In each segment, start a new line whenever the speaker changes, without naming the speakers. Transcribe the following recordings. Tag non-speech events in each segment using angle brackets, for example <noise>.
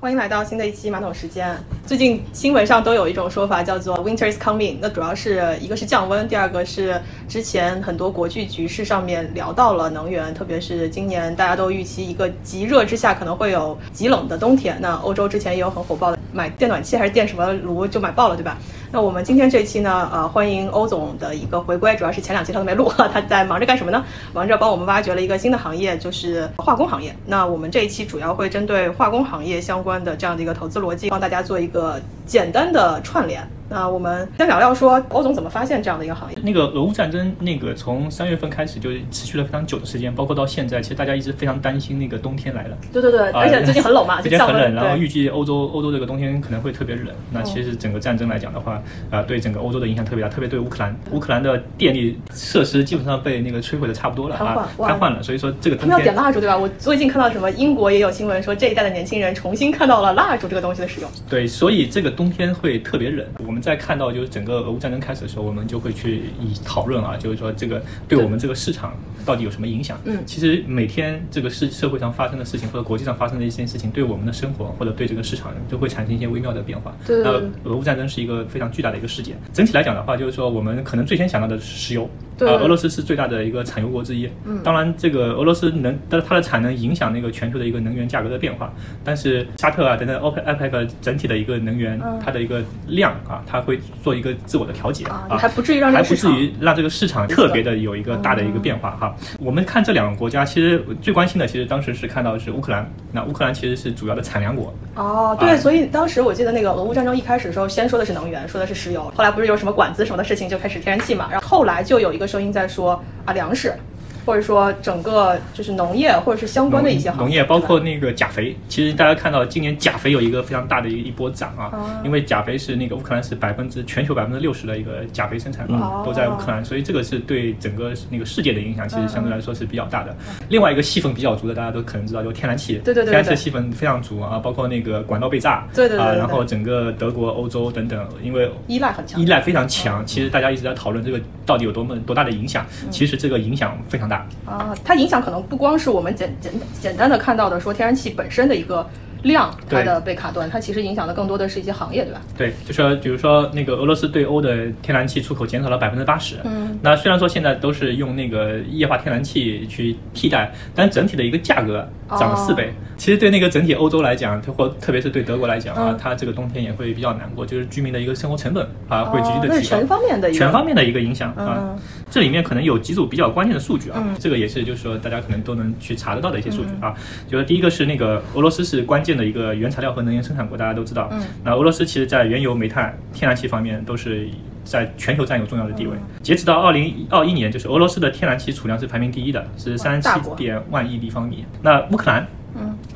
欢迎来到新的一期马桶时间。最近新闻上都有一种说法叫做 “Winter is coming”，那主要是一个是降温，第二个是之前很多国际局势上面聊到了能源，特别是今年大家都预期一个极热之下可能会有极冷的冬天。那欧洲之前也有很火爆的买电暖气还是电什么炉就买爆了，对吧？那我们今天这期呢，呃，欢迎欧总的一个回归，主要是前两期他都没录， <laughs> 他在忙着干什么呢？忙着帮我们挖掘了一个新的行业，就是化工行业。那我们这一期主要会针对化工行业相关的这样的一个投资逻辑，帮大家做一个简单的串联。那我们先聊聊说欧总怎么发现这样的一个行业。
那个俄乌战争，那个从三月份开始就持续了非常久的时间，包括到现在，其实大家一直非常担心那个冬天来了。
对对对，
啊
呃而且最近很冷
<laughs>
嘛，
最
就
近
降
很
温。
冷，然后
对哦
预计欧洲欧洲这个冬天可能会特别冷。那其实整个战争来讲的话，呃，对整个欧洲的影响特别大，特别对乌克兰，乌克兰的电力呃设施基本上被那个摧毁的差不多了啊，
瘫痪哇
瘫痪了。所以说这个
他
冬
们要
天
点蜡烛对吧？我最近看到什么英国也有新闻说这一代的年轻人重新看到了蜡烛这个东西的使用。
对，所以这个冬天会特别冷。我们在看到就是整个俄乌战争开始的时候，我们就会去以讨论啊，就是说这个对
对
我们这个市场到底有什么影响？
嗯
其实每天这个社社会上发生的事情，或者国际上发生的一些事情，对我们的生活或者对这个市场都会产生一些微妙的变化。
对
那俄乌战争是一个非常巨大的一个事件。整体来讲的话，就是说我们可能最先想到的是石油，
对
呃，俄罗斯是最大的一个产油国之一。嗯，当然这个俄罗斯能，但是它的产能影响那个全球的一个能源价格的变化。但是沙特啊等等 OPEC OPEC 整体的一个能源、
嗯
它的一个量啊，它会做一个自我的调节
啊
啊，，
你还不至于让这
还
个
不
市
至
场嗯
于让这个市场特别的有一个大的一个变化哈。我们看这两个国家，其实最关心的，其实当时是看到的是乌克兰。那乌克兰其实是主要的产粮国，
哦，对，
啊
所以当时我记得那个俄乌战争一开始的时候，先说的是能源，说的是石油，后来不是有什么管子什么的事情，就开始天然气嘛，然后后来就有一个声音在说啊粮食，或者说整个就是农业或者是相关的一些行
农业，包括那个钾肥。其实大家看到今年钾肥有一个非常大的一一波涨啊，
啊
因为钾肥是那个乌克兰是百分之全球百分之六十的一个钾肥生产
嗯
啊，都在乌克兰，所以这个是对整个那个世界的影
嗯
响，其实相对来说是比较大的。另外一个戏份比较足的，大家都可能知道，就是天然气，
对对对对
天然气
对
戏份非常足啊，包括那个管道被炸，
对对对
啊，
对对
然后整个德国、欧洲等等，因为
依赖很强嗯
依。赖非常强，其实大家一直在讨论这个到底有多么多大的影响，其实这个影响非常大。
啊，它影响可能不光是我们简简简单的看到的说天然气本身的一个量，它
对
的被卡断，它其实影响的更多的是一些行业，对吧？
对，就说比如说那个俄罗斯对欧的天然气出口减少了百分之八十。
嗯，
那虽然说现在都是用那个液化天然气去替代，但整体的一个价格涨了
哦
四倍。其实对那个整体欧洲来讲，它或特别是对德国来讲啊，
嗯
它这个冬天也会比较难过，就是居民的一个生活成本啊会急
哦，
剧
那
的
是
提高
全。方面的一个
全方面的一个影响啊
嗯，
这里面可能有几组比较关键的数据啊
嗯，
这个也是就是说大家可能都能去查得到的一些数据啊。就是第一个是那个俄罗斯是关键的一个原材料和能源生产国，大家都知道
嗯。
那俄罗斯其实在原油、煤炭、天然气方面都是。在全球占有重要的地位。
嗯
截止到二零二一年，就是俄罗斯的天然气储量是排名第一的，是三十七
大国
点万亿立方米。那乌克兰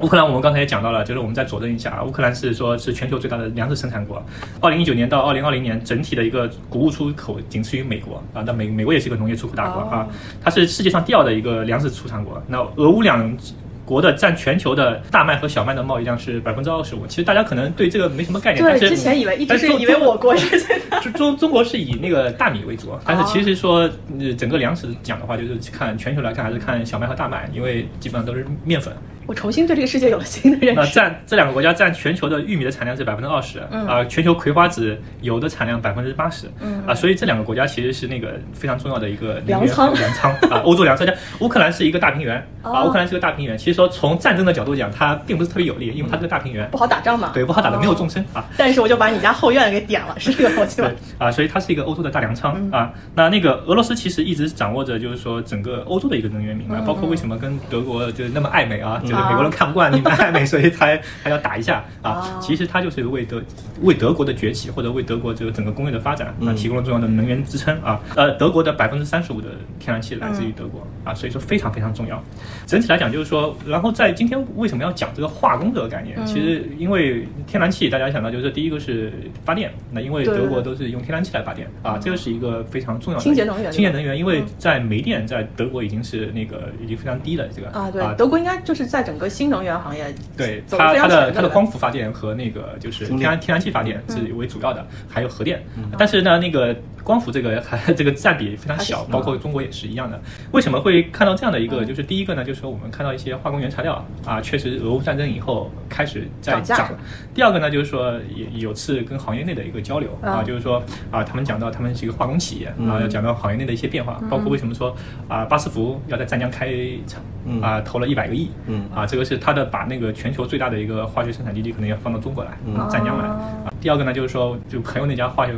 乌克兰我们刚才也讲到了，就是我们再佐证一下啊，乌克兰是说是全球最大的粮食生产国，二零一九年到二零二零年整体的一个谷物出口仅次于美国啊，那美美国也是一个农业出口大
哦
国、啊，它是世界上第二的一个粮食出产国。那俄乌两国的占全球的大麦和小麦的贸易量是百分之二十五，其实大家可能对这个没什么概念，哎但
对，
是
之前以为一直
但
是
中
以为
中
我哦国是这样
<laughs> 中中中国是以那个大米为主，但是其实说、呃整个粮食讲的话，就是看全球来看还是看小麦和大麦，因为基本上都是面粉。
<laughs> 我重新对这个世界有了新的认
那
识。
占这两个国家占全球的玉米的产量是百分之二十，
嗯
啊，全球葵花籽油的产量百分之八十，
嗯
啊，所以这两个国家其实是那个非常重要的一个
粮仓
粮仓啊，欧洲粮仓。但乌克兰是一个大平原啊，
哦
乌克兰是个大平原，其实说从战争的角度讲，它并不是特别有利，因为它是个大平原
不，好打仗嘛？
对，不好打的，没有
哦
纵深啊。
但是我就把你家后院给点了，是这个逻辑吗
对？
<laughs>
啊，所以它是一个欧洲的大粮仓、啊。那那个俄罗斯其实一直掌握着，就是说整个欧洲的一个能源命脉，包括为什么跟德国就是那么暧昧啊，就是美国人看不惯你们暧昧，所以才还要打一下啊
哦。
其实它就是为德为德国的崛起或者为德国这个整个工业的发展啊
嗯
提供了重要的能源支撑啊。呃，德国的百分之三十五的天然气来自于德国、啊，所以说非常非常重要。整体来讲就是说，然后在今天为什么要讲这个化工这个概念？其实因为天然气大家想到就是第一个是发电，那因为
对
德国都是用天然气来发电啊，这个是一个非常重要的
清洁能源
清洁能源，因为在煤电在德国已经是那个已经非常低了，这个
啊啊，对，德国应该就是在在整个新能源行业
对
走得
它
非
它
常前
的
面
它的光伏发电和那个就是天
风电
然天然气发电
嗯
是为主要的，还有核电。但是呢，那个光伏这个 <laughs> 还这个占比非常小，
还是嗯
包括中国也是一样的。为什么会看到这样的一个？就是第一个呢，就是说我们看到一些化工原材料啊，确实俄乌战争以后开始在
涨价
涨
是吧。
第二个呢，就是说也也有次跟行业内的一个交流
啊
啊，就是说啊，他们讲到他们是一个化工企业
嗯
啊，要讲到行业内的一些变
嗯
化，包括为什么说啊，巴斯夫要在湛江开厂
嗯
啊，投了一百个亿。
嗯
啊，这个是它的把那个全球最大的一个化学生产基地可能要放到中国来，
嗯
啊湛江来。
哦
啊第二个呢，就是说，就朋友那家化学，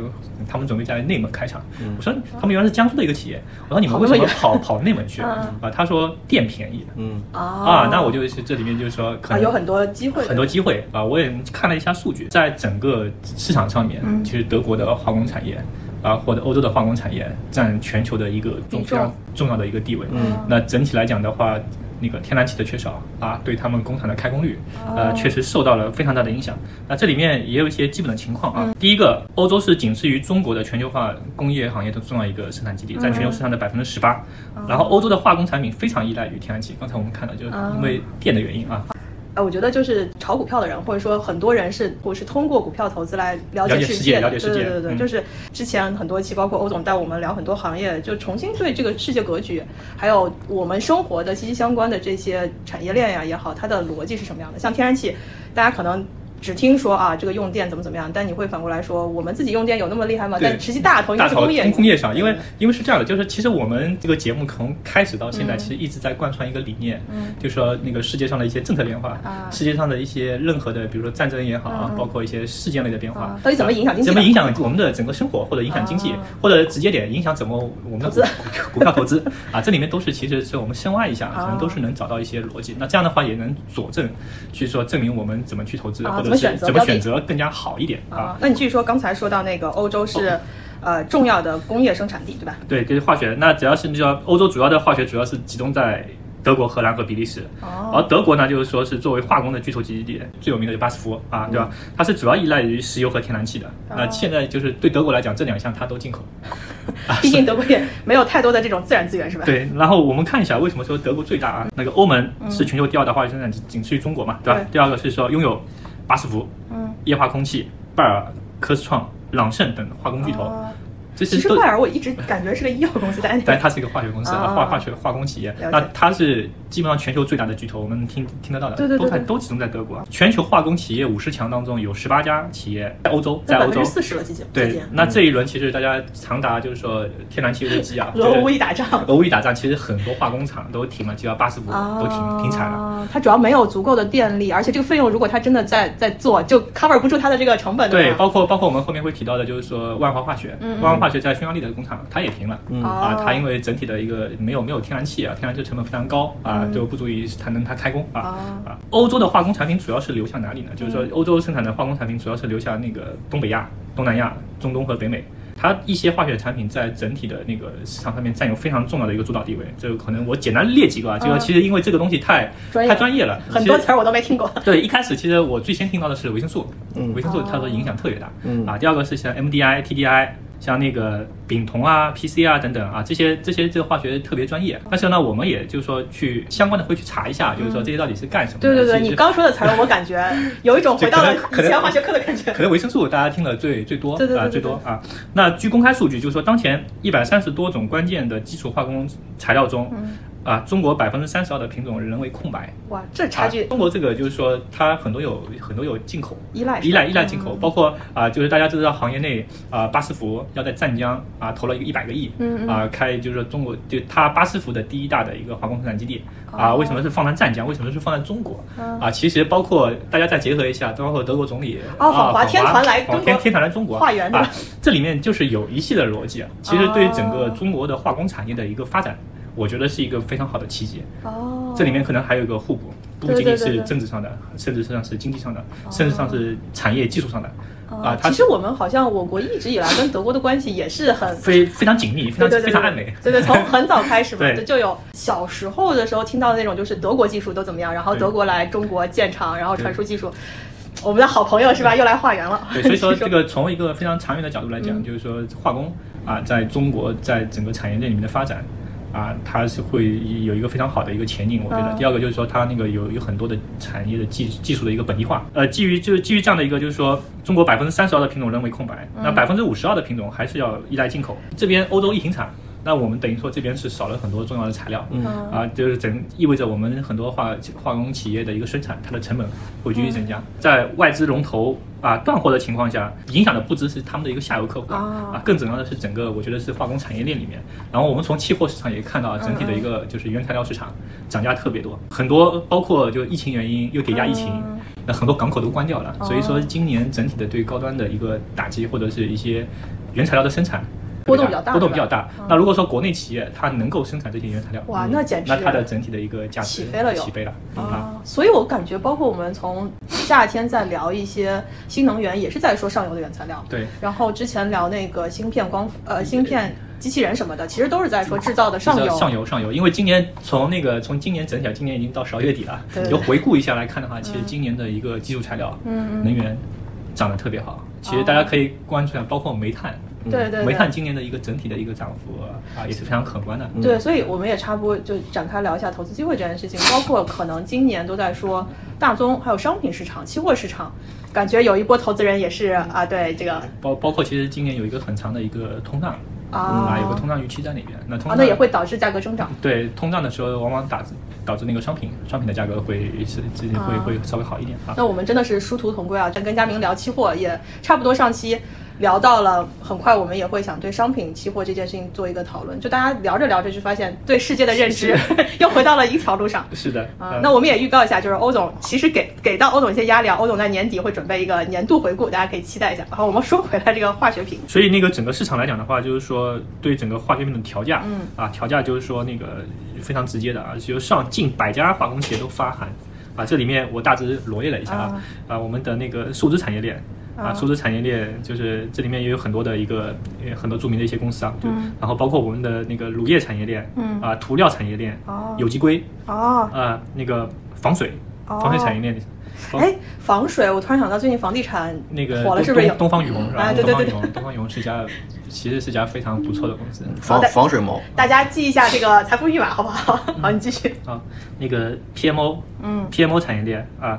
他们准备在内蒙开厂。
嗯哦
我说他们原来是江苏的一个企业，我说你们
跑
为
那
什
么
么
远
跑跑内蒙去？
嗯
啊，他说电便宜
嗯
啊
啊，那我就是这里面就是说可
啊
能
有很多机会的，
很多机会啊、我也看了一下数据，在整个市场上面，
嗯
其实德国的化工产业啊、或者欧洲的化工产业占全球的一个
比
重
重
非常重要的一个地位。
嗯
那整体来讲的话，那个天然气的缺少啊，对他们工厂的开工率，
哦
呃，确实受到了非常大的影响。那这里面也有一些基本的情况啊。
嗯
第一个，欧洲是仅次于中国的全球化工业行业的重要一个生产基
嗯
地，占全球市场
哦
的百分之十八。然后，欧洲的化工产品非常依赖于天然气。刚才我们看到，就是
哦
因为电的原因啊，
啊，我觉得就是炒股票的人，或者说很多人是，或是通过股票投资来了
了
解
解
世
世界
的
了解世界
对对对对，
嗯
就是之前很多期，包括欧总带我们聊很多行业，就重新对这个世界格局，还有我们生活的息息相关的这些产业链呀也好，它的逻辑是什么样的？像天然气，大家可能。只听说啊，这个用电怎么怎么样，但你会反过来说，我们自己用电有那么厉害吗？
对
但实际大头应
大
该是
头
工业，
工业上，因为因为是这样的，就是其实我们这个节目从开始到
嗯
现在，其实一直在贯穿一个理念，就说那个世界上的一些政策变化
啊，
世界上的一些任何的，比如说战争也好啊，包括一些事件类的变化
啊，到底怎么影响经济
怎
的
么影响我们的整个生活，或者影响经济
啊，
或者直接点影响怎么我们的
投资
股股票投
<laughs>
资啊，这里面都是其实是我们深挖一下，
啊
可能都是能找到一些逻辑。那这样的话也能佐证，去说证明我们怎么去投资，
啊
或
怎
者
么
是
选择
怎么
标的
选择更加好一点啊哦
啊。。那你继续说，刚才说到那个欧洲是，呃，重要的工业生产地，对吧？
对，就是化学。那只要是就要欧洲主要的化学主要是集中在德国、荷兰和比利时。
哦
而德国呢，就是说是作为化工的巨头基地，最有名的就巴斯夫啊，对吧？
嗯
它是主要依赖于石油和天然气
哦
的。那现在就是对德国来讲，这两项它都进口。
<laughs> 毕竟德国也没有太多的这种自然资源，是吧？
对，然后我们看一下为什么说德国最大啊？那个欧盟是全球第二大化学生产，仅次于中国嘛，对吧？
嗯对
第二个是说拥有巴斯夫、
嗯
液化空气、拜耳、科斯创、朗盛等化工巨头。
哦
这
其
些
实
都
拜耳我一直感觉是个医药公司，但
但
是
它是一个化学公司，
啊
啊，化化学化工企业，
了解
那它是基本上全球最大的巨头，我们听听得到的，
对对对
都在
对
都集中在德国。啊全球化工企业五十强当中有十八家企业在欧洲，在
百
欧
分
洲
之。四十了，啊接近接
对
近，
那这一轮其实大家常达就是说天然气危
<laughs>
机啊，
俄乌
就是
一打仗
俄乌一打仗，其实很多化工厂都停了，就要巴斯夫
哦
都停停产了。
了。它主要没有足够的电力，而且这个费用如果它真的在在做，就 cover 不住它的这个成本，
对，
吧？
包括包括我们后面会提到的，就是说万华化学，
嗯嗯
万华化学在匈牙利的工厂它也停了，
嗯
啊
哦，
它因为整体的一个没有没有天然气啊，天然气成本非常高啊，就不足以它能它开工啊
嗯哦嗯
啊。欧洲的化工产品主要是流向哪里呢？就是说欧洲生产的化工产品主要是流向那个东北亚、东南亚、中东和北美。它一些化学产品在整体的那个市场上面占有非常重要的一个主导地位，就可能我简单列几个啊，这个
嗯
其实因为这个东西太
专业
太专业了，
很
其
多
实
词儿我都没听过。
<laughs> 对，一开始其实我最先听到的是维生素，
嗯
维生素它的影响特别大，
嗯
啊，第二个是像 MDI、TDI，像那个丙酮啊、PC 啊等等啊，这些这些这个化学特别专业，但是呢，我们也就是说去相关的会去查一下，就是说这些到底是干什么的，
嗯对对对，
其实
你刚说的词儿，我感觉有一种回到了
可能可
以
能
前化学课的感觉。
可能维生素大家听了最最多，
对对对
啊
对
最
对
多啊。那据公开数据，就是说当前一百三十多种关键的基础化工材料中，
嗯
啊，中国百分之三十二的品种仍为空白，
哇，这差
啊
距
中国这个就是说，它很多有很多有进口
依赖是吧
依赖依赖进口，包括啊、就是大家知道行业内啊、巴斯夫要在湛江啊、投了一个一百个亿，
嗯嗯
啊、开就是说中国就它巴斯夫的第一大的一个化工生产基地
哦
啊、为什么是放在湛江？为什么是放在中国？
嗯
啊、其实包括大家再结合一下，包括德国总理
哦
啊
访华天团来
访
中
天
国
天团来中国
化缘对吧哦
啊，这里面就是有一系列的逻辑啊，其实对于整个中国的化工产业的一个发展，我觉得是一个非常好的契机。
哦
这里面可能还有一个互补，不
对
仅
对
仅
对
是
对哦
政治上的，甚至上是经济上的，甚至上是产业技术上的，啊，它
其实我们好像我国一直以来跟德国的关系也是很
非非常紧密，非
对对对，
常非常暧昧。
对对，从很早开始嘛，
<laughs> 对
就就有小时候的时候听到的那种，就是德国技术都怎么样，然后
对
德国来中国建厂，然后传输技术，我们的好朋友是吧，又来化缘了。
对，
<laughs>
所以说
其实
这个从一个非常长远的角度来讲，就是说化工啊，在中国在整个产业链里面的发展。啊，它是会有一个非常好的一个前景，我觉得。
嗯
第二个就是说，它那个有有很多的产业的技技术的一个本地化。呃，基于就是基于这样的一个，就是说中国百分之三十二的品种仍为空白，那百分之五十二的品种还是要依赖进口。这边欧洲一停产。那我们等于说这边是少了很多重要的材料，
嗯
嗯
啊，就是整意味着我们很多化化工企业的一个生产，它的成本会继续增
嗯
加。在外资龙头啊断货的情况下，影响的不只是他们的一个下游客户
啊
啊，更重要的是整个我觉得是化工产业链里面。然后我们从期货市场也看到整体的一个就是原材料市场涨价特别多，很多包括就疫情原因又叠加疫情
嗯，
那很多港口都关掉了，所以说
哦
今年整体的对高端的一个打击或者是一些原材料的生产。
波动比较大
波动比较
是吧嗯
大。那如果说国内企业它能够生产这些原材料，
哇那简直
那它的整体的一个价值
起飞了又
起飞了啊！
啊，所以我感觉，包括我们从夏天在聊一些新能源，也是在说上游的原材料。
对
然后之前聊那个芯片光伏呃芯片机器人什么的，其实都是在说制造的上
就是
游。
上游上游，因为今年从那个从今年整体，啊今年已经到十二月底了
对，
就回顾一下来看的话，其实今年的一个基础材料、
嗯哦
能源涨得特别好。其实大家可以关注一下，包括煤炭，
对对
煤
对
炭今年的一个整体的一个涨幅啊，也是非常可观的。
对，所以我们也插播，就展开聊一下投资机会这件事情，包括可能今年都在说大宗，还有商品市场、期货市场，感觉有一波投资人也是啊，对这个
包包括其实今年有一个很长的一个通胀
啊，
嗯有个通胀预期在里边。那通
啊，
胀、
那也会导致价格增长。
对通胀的时候，往往打导致那个商品商品的价格会是自己会
啊
会稍微好一点啊。
那我们真的是殊途同归啊！跟佳明聊期货也差不多，上期聊到了，很快我们也会想对商品期货这件事情做一个讨论。就大家聊着聊着，就发现对世界的认知 <laughs> 又回到了一条路上。
是的，
啊、
嗯
那我们也预告一下，就是欧总其实给给到欧总一些压力啊，欧总在年底会准备一个年度回顾，大家可以期待一下。然后我们说回来这个化学品，
所以那个整个市场来讲的话，就是说对整个化学品的调价，
嗯
啊，调价就是说那个非常直接的啊，就上近百家化工企业都发函啊，这里面我大致罗列了一下啊，啊，我们的那个树脂产业链。
啊
啊，树脂产业链就是这里面也有很多的一个呃很多著名的一些公司啊，就、然后包括我们的那个乳业产业链，
嗯
啊涂料产业链，
哦
有机硅，
哦，
啊那个防水，
哦
防水产业
<laughs>
链，包
哎，防水，我突然想到最近房地产
那个
火了，
东
是不是有
东东方雨虹是吧？
啊对
东方
对
雨
对
虹，东方雨虹是一家，其实是一家非常不错的公司
好
防
的
防水膜，
大家记一下这个财富密码好不好？好，你继续。
啊。那个 PMO，
嗯
，PMO 产业链啊，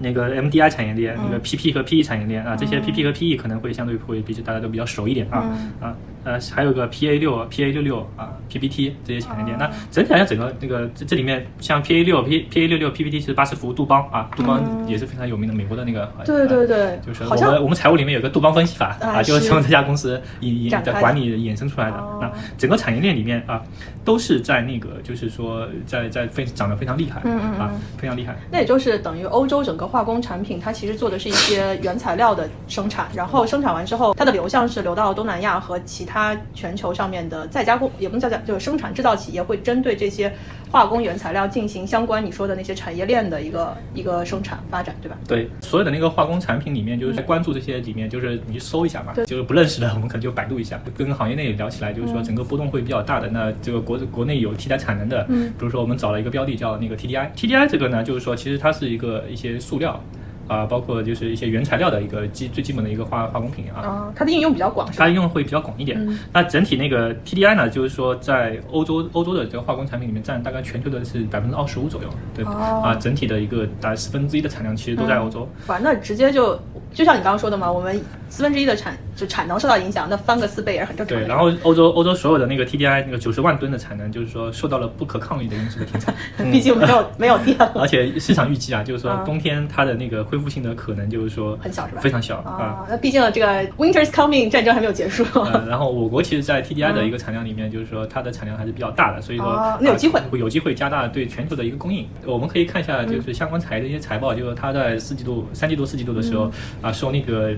那个 MDI 产业链，那个 PP 和 PE 产业链啊，这
嗯
些 PP 和 PE 可能会相对会比大家都比较熟一点啊啊呃，还有个 PA 六、PA 六六啊、PPT 这些产业链。
哦
那整体来讲，整个那个这这里面像 PA 六、P PA 六六、PPT 是巴士服务杜邦啊，杜邦也是非常有名的美国的那个啊
嗯对对对
就是
好
我
像
们我们财务里面有个杜邦分析法
啊
啊，就是
是
从这家公司引
展开
引的
的
管理衍生出来的。
哦
那整个产业链里面啊，都是在那个就是说在在非涨得非常厉害
嗯嗯嗯
啊，非常厉害。
那也就是等于欧洲整个化工产品，它其实做的是一些原材料的生产，然后生产完之后，它的流向是流到东南亚和其他全球上面的再加工，也不能叫加，就是生产制造企业会针对这些化工原材料进行相关你说的那些产业链的一个一个生产发展，对吧？
对，所有的那个化工产品里面，就是在关注这些里面，就是你去搜一下嘛
对，嗯
就是不认识的，我们可能就百度一下。跟行业内聊起来，就是说整个波动会比较大的。那这个国国内有替代产能的，
嗯
比如说我们找了一个标的叫那个 TDI，TDI 这个呢，就是说其实它是一个一些塑料啊、包括就是一些原材料的一个基最基本的一个化化工品啊。
啊、它的应用比较广，是吧？
它应用会比较广一点。
嗯
那整体那个 TDI 呢，就是说在欧洲欧洲的这个化工产品里面占大概全球的是百分之二十五左右，对、
哦嗯
啊，整体的一个大概四分之一的产量其实都在欧洲。
哇，那直接就就像你刚刚说的嘛，我们四分之一的产就产能受到影响，那翻个四倍也是很正常
对，
的。
然后欧洲欧洲所有的那个 TDI 那个九十万吨的产能，就是说受到了不可抗力的因素
<laughs>
的停产，
<laughs> 毕竟没有、
嗯
没有电了，
而且市场预期啊，就是说
啊
冬天它的那个恢复性的可能就是说
很小是吧
非常小 <laughs>
啊，
啊。
那毕竟这个 Winter's coming 战争还没有结束。
呃，然后我国其实，在 TDI 的一个产量里面，就是说它的产量还是比较大的，所以说、
哦那有机会
啊会有机会加大对全球的一个供应。我们可以看一
嗯
下，就是相关产业的一些财报，就是它在四季度、三季度、四季度的时
嗯
候、啊，受那个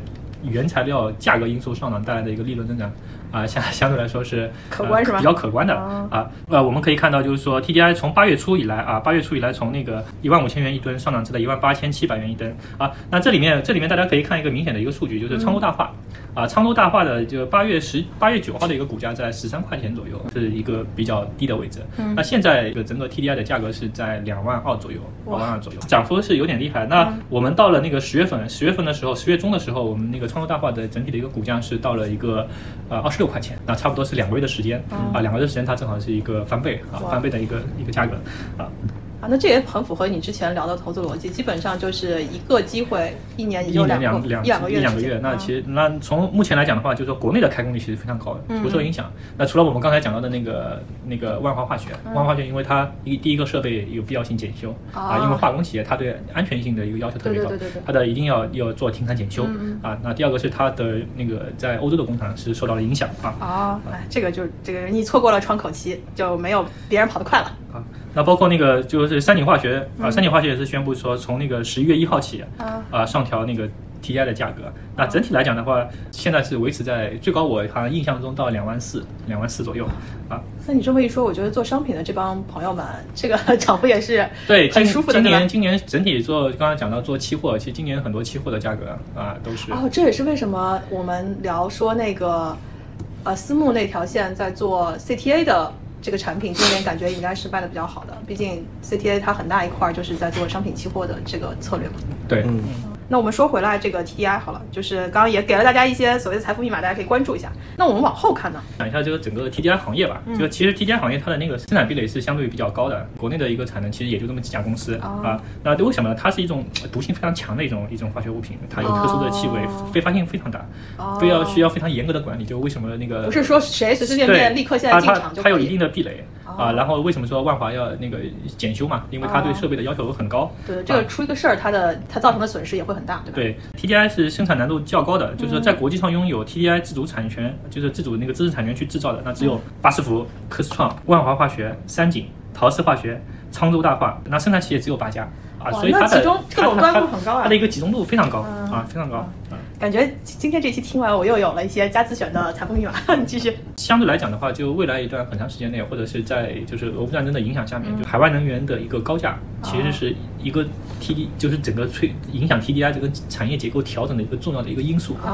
原材料价格因素上涨带来的一个利润增长。啊，相相对来说是
<laughs> 可观
呃
是吧
比较可观的
哦
啊。呃，我们可以看到，就是说 TDI 从八月初以来啊，八月初以来从那个一万五千元一吨上涨至了一万八千七百元一吨啊。那这里面这里面大家可以看一个明显的一个数据，就是
嗯
沧州大化、啊，沧州大化的就八月十八月九号的一个股价在十三块钱左右，是一个比较低的位置。
嗯
那现在的整个 TDI 的价格是在两万二左右，
哇嗯
两万二左右，涨幅是有点厉害。那我们到了那个十月份，十月份的时候，十月中的时候，我们那个沧州大化的整体的一个股价是到了一个呃二十六块钱，那差不多是两个月的时间啊、两个月的时间它正好是一个翻倍啊
嗯哇
翻倍的一个一个价格啊，
啊，那这也很符合你之前聊的投资逻辑，基本上就是一个机会，一年也
一
就两
年两
个
两
一两个月的
一两
时
个
间，
月，那
嗯
其实那从目前来讲的话，就是说国内的开工率其实非常高的，
嗯
不受影响。那除了我们刚才讲到的那个那个万华化学，万华化学因为它一第一个设备有必要性检修啊，
嗯哦
因为化工企业它对安全性的一个要求特别高
对对对对对，嗯
它的一定要要做停产检修啊。那第二个是它的那个在欧洲的工厂是受到了影响啊。
哦，哎，这个就这个你错过了窗口期，就没有别人跑得快了。
啊，那包括那个就是三井化学啊、
嗯
三井化学也是宣布说，从那个十一月一号起
啊
啊、上调那个 TDI 的价格。那整体来讲的话，现在是维持在最高，我好像印象中到两万四，两万四左右啊。
那你这么一说，我觉得做商品的这帮朋友们，这个 <laughs> 涨幅也是
对，今
很舒服的，
今
对吧
年今年整体做刚刚讲到做期货，其实今年很多期货的价格啊都是
哦，这也是为什么我们聊说那个呃私募那条线在做 CTA 的这个产品，今年感觉应该是卖的比较好的，毕竟 CTA 它很大一块儿就是在做商品期货的这个策略嘛。
对。
嗯，
那我们说回来这个 TDI 好了，就是刚刚也给了大家一些所谓的财富密码，大家可以关注一下。那我们往后看呢？
讲一下这个整个 TDI 行业
嗯
吧，就其实 TDI 行业它的那个生产壁垒是相对比较高的，国内的一个产能其实也就这么几家公司、
哦
啊。那为什么呢？它是一种呃毒性非常强的一种一种化学物品，它有特殊的气味，
哦
挥发性非常大，
哦
非要需要非常严格的管理。就为什么那个
不是说谁随随便便
对，
立刻现在进
它
场
它
就
它有
可
一定
以。
的壁垒、
哦
啊。然后为什么说万华要那个检修嘛？因为它对
哦
设备的要求很高。啊
对，这个出一个事儿，它的它造成的损失也会很大，对吧？
对，TDI 是生产难度较高的，
嗯
就是说在国际上拥有 TDI 自主产权，就是自主那个知识产权去制造的，那只
嗯
有巴斯夫、科斯创、万华化学、三井、陶瓷化学、沧州大化，那生产企业只有八家啊，
哇
所以
那
它的
其中这
它
垄
它
断
它
度很高啊
它的一个集中度非常高
嗯
啊，非常高。啊
感觉今天这期听完，我又有了一些加自选的财富密码。 <laughs> 你继续。
相对来讲的话，就未来一段很长时间内，或者是在就是俄乌战争的影响下
嗯
面，就海外能源的一个高价，其实是一
哦
个 TD 就是整个催影响 TDI 这个产业结构调整的一个重要的一个因素啊、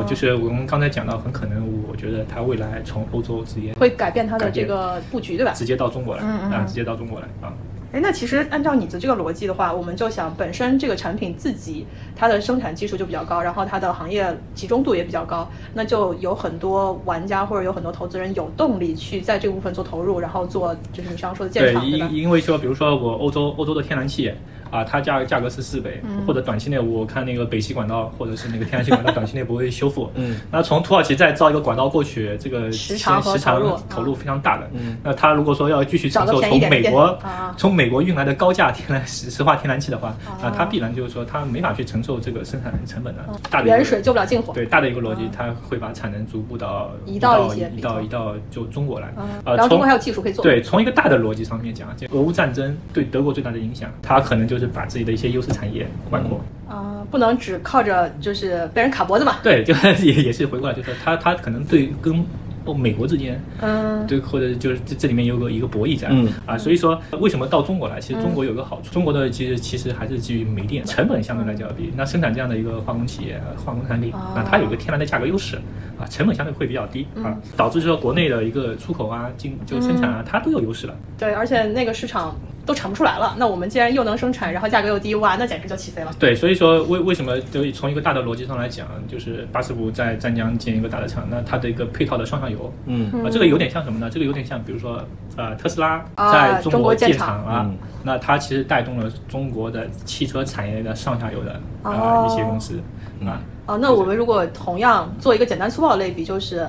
啊
就是我们刚才讲到，很可能我觉得它未来从欧洲直接
会改变它的
改
这
变
个布局，对吧？
直接到中国来
嗯嗯嗯
啊，直接到中国来啊。
哎，那其实按照你的这个逻辑的话，我们就想本身这个产品自己它的生产技术就比较高，然后它的行业集中度也比较高，那就有很多玩家或者有很多投资人有动力去在这个部分做投入，然后做就是你刚刚说的建
对，
厂，对吧
因？因为说，比如说我欧洲欧洲的天然气啊，它价价格是四倍，
嗯
或者短期内我看那个北溪管道或者是那个天然气
<laughs>
管道短期内不会修复，
嗯，
那从土耳其再造一个管道过去，这个
时
时
长和
时长
投入
投入非常大的，
嗯
那它如果说要继续承
找个
受
便宜
从
点
美
的
国
店啊
从美国运来的高价天然石石化天然气的话，
哦
那它必然就是说它没法去承受这个生产成本的大的一
嗯
个
远水救不了近火。
对大的一个逻辑，它会把产能逐步到
移到
到
一些
移
比较
到移到就中国来
嗯，
呃，
然后中
从
国还有技术可以做。
对，从一个大的逻辑上面讲，就俄乌战争对德国最大的影响，它可能就是把自己的一些优势产业玩过。
啊、不能只靠着就是被人卡脖子嘛。
对，就 <laughs> 也也是回过来，就是它它可能对跟哦美国之间，
嗯，
对，或者就是这这里面有个一个博弈在，
嗯
啊，所以说为什么到中国来？其实中国有个好处，中国的其实其实还是基于煤电，成本相对来讲比那生产这样的一个化工企业、呃化工产品，
哦
那它有一个天然的价格优势啊，成本相对会比较低啊
嗯，
导致说国内的一个出口啊、进就生产啊，它都有优势了。
对，而且那个市场都产不出来了，那我们既然又能生产，然后价格又低，哇，那简直就起飞了。
对，所以说为为什么就从一个大的逻辑上来讲，就是巴斯夫在湛江建一个大的厂，那它的一个配套的上下游，
嗯
啊、这个有点像什么呢？这个有点像，比如说，呃，特斯拉
啊
在中
中国
国
建
建
厂
厂啊，
嗯
那它其实带动了中国的汽车产业的上下游的啊、
哦
一些公司啊，
啊，那我们如果同样做一个简单粗暴的类比，就是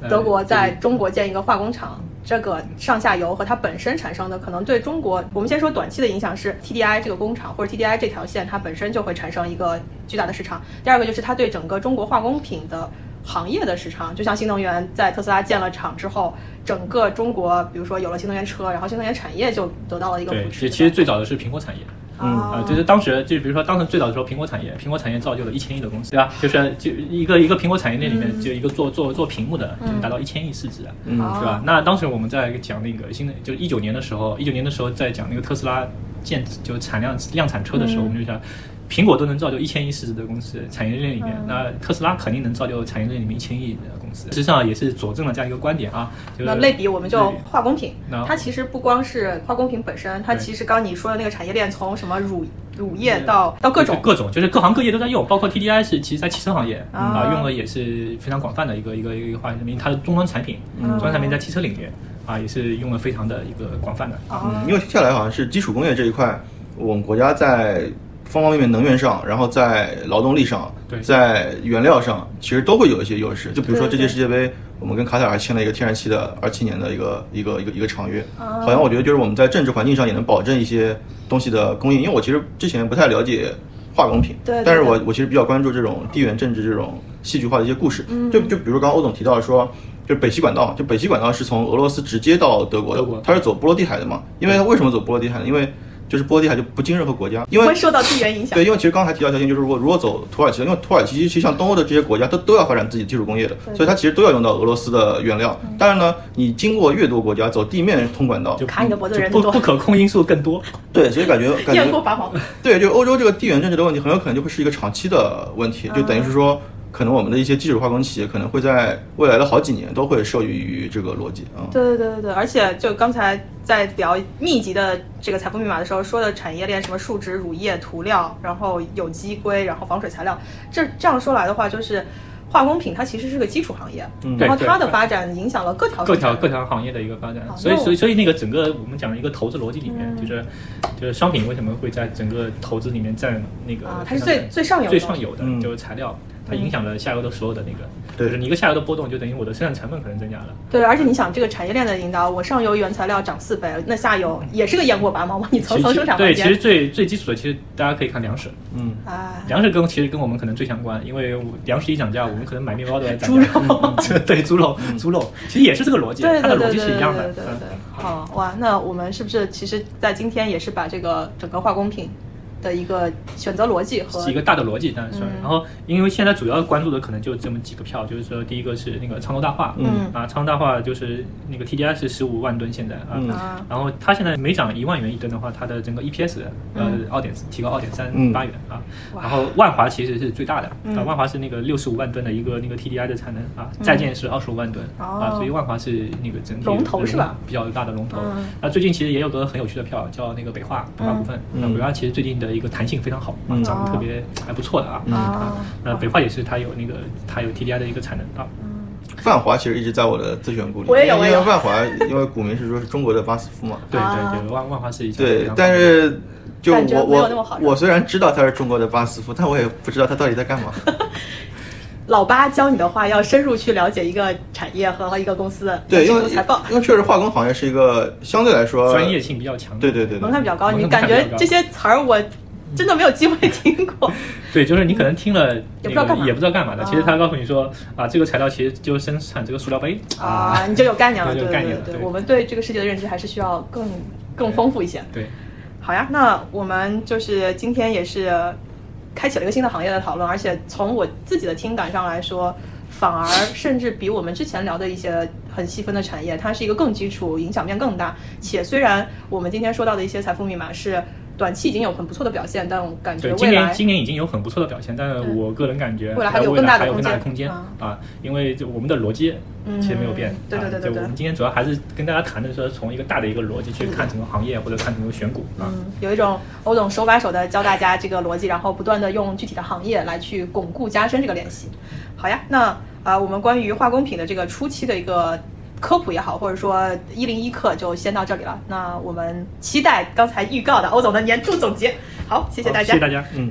呃
德国在
对
中国建一个化工厂，这个上下游和它本身产生的可能对中国，我们先说短期的影响是 TDI 这个工厂或者 TDI 这条线，它本身就会产生一个巨大的市场。第二个就是它对整个中国化工品的行业的市场，就像新能源在特斯拉建了厂之后，整个中国比如说有了新能源车，然后新能源产业就得到了嗯一个
对，
扶
其实
持。
其实最早的是苹果产业。
嗯
啊、
啊，
就是当时就比如说当时最早的时候，苹果产业，苹果产业造就了一千亿的公司，对吧？就是就一个一个苹果产业链里
嗯
面，就一个做做做屏幕的，就达到一千亿市值的，啊
嗯
哦
是吧？那当时我们在讲那个新的，就是一九年的时候，一九年的时候在讲那个特斯拉建就产量量产车的时候，
嗯
我们就想。苹果都能造就一千亿市值的公司，产业链里面，
嗯
那特斯拉肯定能造就产业链里面一千亿的公司。实际上也是佐证了这样一个观点啊，就是
那类比我们就
类比
化工品
那，
它其实不光是化工品本身，它
对
其实刚你说的那个产业链，从什么乳乳业到到各种
对各种，就是各行各业都在用，包括 TDI 是其实在汽车行业
啊
啊、用的也是非常广泛的一个一个一个化学产品，它的终端产品，
嗯
终端产品在汽车领域啊也是用的非常的一个广泛的。
啊
嗯，因为下来好像是基础工业这一块，我们国家在方方面面，能源上，然后在劳动力上
对，
在原料上，其实都会有一些优势。就比如说
对
这
对
届世界杯，我们跟卡塔尔签了一个天然气的二七年的一个一个一个一个长约，
啊
好像我觉得就是我们在政治环境上也能保证一些东西的供应。因为我其实之前不太了解化工品，
对对
但是我
对
我其实比较关注这种地缘政治这种戏剧化的一些故事。
嗯
就就比如刚刚欧总提到说。就是北溪管道，就北溪管道是从俄罗斯直接到德国的，
德国
它是走波罗的海的嘛？因为它为什么走波罗的海呢？因为就是波罗的海就不经任何国家，因
会
为
受到地缘影响 <laughs>
对，。因为其实刚才提到条件就是如果如果走土耳其，因为土耳其其实像东欧的这些国家，它都要发展自己基础工业的，
对嗯
所以它其实都要用到俄罗斯的原料。当然呢，你经过越多国家走地面通管道，
就
卡你的脖子的人
就不
多
不可控因素更
<laughs>
多，
对，所以感觉感
雁过
觉嗯
拔毛，
对，就欧洲这个地缘政治的问题，很有可能就会是一个长期的问题，就
嗯
等于是说。可能我们的一些基础化工企业可能会在未来的好几年都会受益于这个逻辑啊。
对对对对对，而且就刚才在聊密集的这个财富密码的时候，说的产业链什么树脂、乳业、涂料，然后有机硅，然后防水材料，这这样说来的话，就是化工品它其实是个基础行业，
嗯
然后
对对
它的
对
发展影响了各条
各
生产
条各条行业的一个发展
好。
所以
那我嗯
所以所以那个整个我们讲的一个投资逻辑里面，就是就是商品为什么会在整个投资里面占那个
啊它
非
是
常
最
占
最上游的
最上游的
嗯
就是材料，它影响了下游的所有的那个，
对
就是你一个下游的波动，就等于我的生产成本可能增加了。
对，而且你想这个产业链的引导，我上游原材料涨四倍，那下游也是个雁过拔毛嘛，你层
其
层
实
生产
对，
环
其实
节。
最最基础的，其实大家可以看粮食，
嗯，
啊，
粮食跟其实跟我们可能最相关，因为粮食一涨价，我们可能买面包都在涨价。
猪 <laughs> 肉
嗯，嗯 <laughs> 对猪肉，猪肉其实也是这个逻辑，
对
它
对
的
对
逻辑
对
是
对
一
对
样的。
对
嗯
对。好哇，那我们是不是其实，在今天也是把这个整个化工品的一个选择逻辑和
是一个大的逻辑，当然是。
嗯
然后，因为现在主要关注的可能就这么几个票，就是说，第一个是那个沧州大化，
嗯
啊，沧州大化就是那个 TDI 是十五万吨现在啊，
嗯
啊
然后它现在每涨一万元一吨的话，它的整个 EPS 呃
嗯
二点提高二点三
嗯
八元啊。
哇
然后万华其实是最大的
嗯
啊，万华是那个六十五万吨的一个那个 TDI 的产能啊，在建是二十五万吨
嗯哦
啊，所以万华是那个整体
龙头是吧？
比较大的龙头
嗯。
那最近其实也有个很有趣的票叫那个北化北化股份，
嗯
那北化其实最近的一个弹性非常好啊，
嗯
哦
涨得特别还不错的啊。
啊
那北化也是它有那个它有 TDI 的一个产能
哦
啊。
泛华其实一直在我的自选股里，
我也有
因为
我也有
因为泛华，因为股民是说是中国的巴
<laughs>
斯夫嘛，
对
啊
对对，万万华是一家非
对
常，
但是就
感觉
我
没有那么好
我
找
我虽然知道他是中国的巴斯夫，但我也不知道他到底
<laughs>
在干嘛。
老八教你的话，要深入去了解一个产业和一个公司，
对，
去
因
读
为
财报。
因为确实化工行业是一个相对来说
专业，性比较强。
对呃对对
门槛
对，
比较高，
门
你
槛
感
比较
觉
高
这些词儿我真的没有机会 <laughs> 听过。
对，就是你可能听了
也不
那
知道干嘛
个也不知道干嘛的，
啊
其实他告诉你说啊，这个材料其实就生产这个塑料杯
啊，你就有概念了，
<laughs> 有
对
有
对
概
对
念了
对，
对
我们对这个世界的认知还是需要更更丰富一些。
对，
好呀，那我们就是今天也是开启了一个新的行业的讨论，而且从我自己的听感上来说，反而甚至比我们之前聊的一些很细分的产业，它是一个更基础、影响面更大。且虽然我们今天说到的一些财富密码是短期已经有很不错的表现，但我感觉
对，
未
今
来
年今年已经有很不错的表现，但是我个人感觉
未来还
还
有
未
更大
来
的
还有更大的
空
空
间
间啊，因为就我们的逻辑
嗯
其实没有变。
对对对
啊
对
就
对
我们今天主要还是跟大家谈的是从一个大的一个逻辑去看整个行业或者看整个选股啊。
嗯，有一种欧总手把手的教大家这个逻辑，然后不断的用具体的行业来去巩固加深这个联系。好呀，那啊、呃我们关于化工品的这个初期的一个科普也好，或者说一零一课就先到这里了。那我们期待刚才预告的欧总的年度总结。好，谢谢大
好
家。
谢谢大家。
嗯。